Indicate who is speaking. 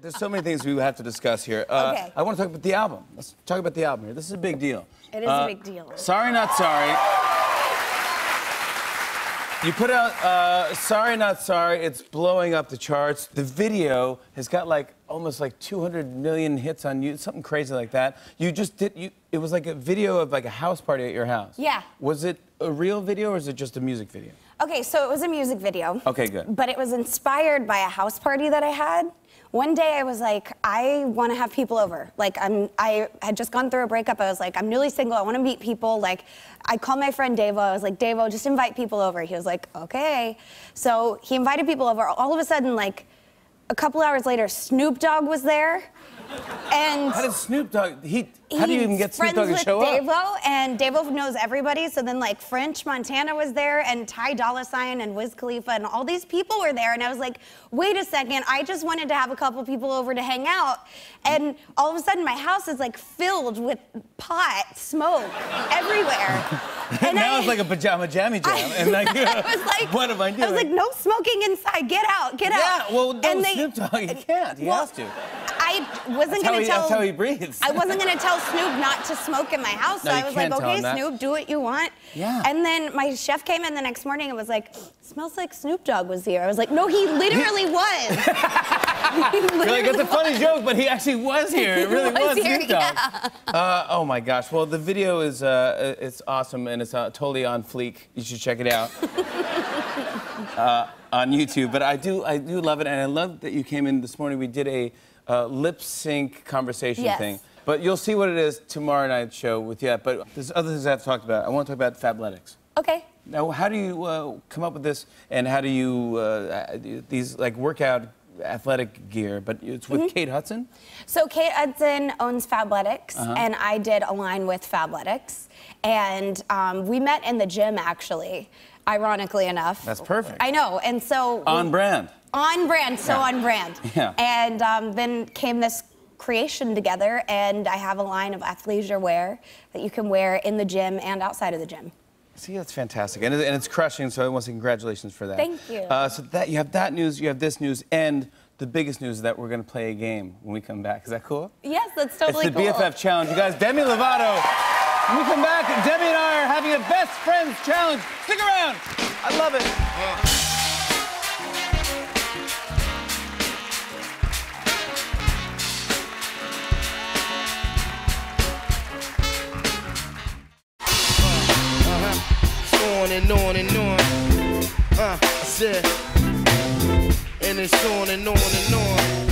Speaker 1: there's so many things we have to discuss here. Uh,
Speaker 2: Okay.
Speaker 1: I want to talk about the album. Let's talk about the album here. This is a big deal. Uh,
Speaker 2: It is a big deal.
Speaker 1: Sorry, not sorry. You put out uh, "Sorry Not Sorry." It's blowing up the charts. The video has got like almost like 200 million hits on you, something crazy like that. You just did. You, it was like a video of like a house party at your house.
Speaker 2: Yeah.
Speaker 1: Was it a real video or is it just a music video?
Speaker 2: Okay, so it was a music video.
Speaker 1: Okay, good.
Speaker 2: But it was inspired by a house party that I had. One day I was like, I want to have people over. Like I'm I had just gone through a breakup. I was like, I'm newly single. I want to meet people. Like I called my friend Davo. I was like, Davo, just invite people over. He was like, okay. So he invited people over. All of a sudden, like a couple hours later, Snoop Dogg was there. And
Speaker 1: How did Snoop Dogg? He. How do you
Speaker 2: He's
Speaker 1: even get Snoop
Speaker 2: friends
Speaker 1: Dogg to
Speaker 2: with
Speaker 1: show up?
Speaker 2: Davo, and Davo knows everybody. So then, like French Montana was there, and Ty Dolla Sign and Wiz Khalifa, and all these people were there. And I was like, wait a second, I just wanted to have a couple people over to hang out, and all of a sudden, my house is like filled with pot smoke everywhere. And
Speaker 1: now
Speaker 2: I-
Speaker 1: it's like a pajama jammy jam,
Speaker 2: I-
Speaker 1: and like,
Speaker 2: I was like,
Speaker 1: what am I doing?
Speaker 2: I was like, no smoking inside. Get out. Get out.
Speaker 1: Yeah, well, no,
Speaker 2: And they-
Speaker 1: Snoop Dogg, he can't. He has to.
Speaker 2: I wasn't
Speaker 1: That's how
Speaker 2: gonna
Speaker 1: he-
Speaker 2: tell.
Speaker 1: that's how he breathes.
Speaker 2: I wasn't gonna tell Snoop not to smoke in my house.
Speaker 1: No,
Speaker 2: so
Speaker 1: you
Speaker 2: I was like,
Speaker 1: can't tell
Speaker 2: okay,
Speaker 1: him that.
Speaker 2: Snoop, do what you want.
Speaker 1: Yeah.
Speaker 2: And then my chef came in the next morning and was like, smells like Snoop Dogg was here. I was like, no, he literally was. He
Speaker 1: You're like, it's a
Speaker 2: literally
Speaker 1: funny joke, but he actually was here. It really
Speaker 2: was
Speaker 1: was,
Speaker 2: here,
Speaker 1: Snoop Dogg. Uh, oh my gosh. Well, the video is uh, it's awesome and it's uh, totally on fleek. You should check it out uh, on YouTube. But I do I do love it, and I love that you came in this morning. We did a uh, lip sync conversation
Speaker 2: Yes.
Speaker 1: thing. But you'll see what it is tomorrow night's show with you. But there's other things I have talked about. I want to talk about Fabletics.
Speaker 2: Okay.
Speaker 1: Now, how do you uh, come up with this, and how do you uh, these like workout athletic gear? But it's with Kate Hudson.
Speaker 2: So Kate Hudson owns Fabletics,
Speaker 1: Uh-huh.
Speaker 2: and I did a line with Fabletics, and um, we met in the gym actually. Ironically enough,
Speaker 1: That's perfect.
Speaker 2: I know, and so
Speaker 1: On brand.
Speaker 2: on brand, so
Speaker 1: Yeah.
Speaker 2: on brand.
Speaker 1: Yeah.
Speaker 2: And um, then came this creation together, and I have a line of athleisure wear that you can wear in the gym and outside of the gym.
Speaker 1: See, that's fantastic, and, it- and it's crushing. So I want to say congratulations for that.
Speaker 2: Thank you.
Speaker 1: Uh, so that you have that news, you have this news, and the biggest news is that we're going to play a game when we come back. Is that cool?
Speaker 2: Yes, that's totally
Speaker 1: it's the BFF challenge, you guys. Demi Lovato. When we come back, Demi and I are having a best friends challenge. Stick around. I love it.
Speaker 3: Uh-huh. on and on and on. Uh, I said, and it's on and on and on.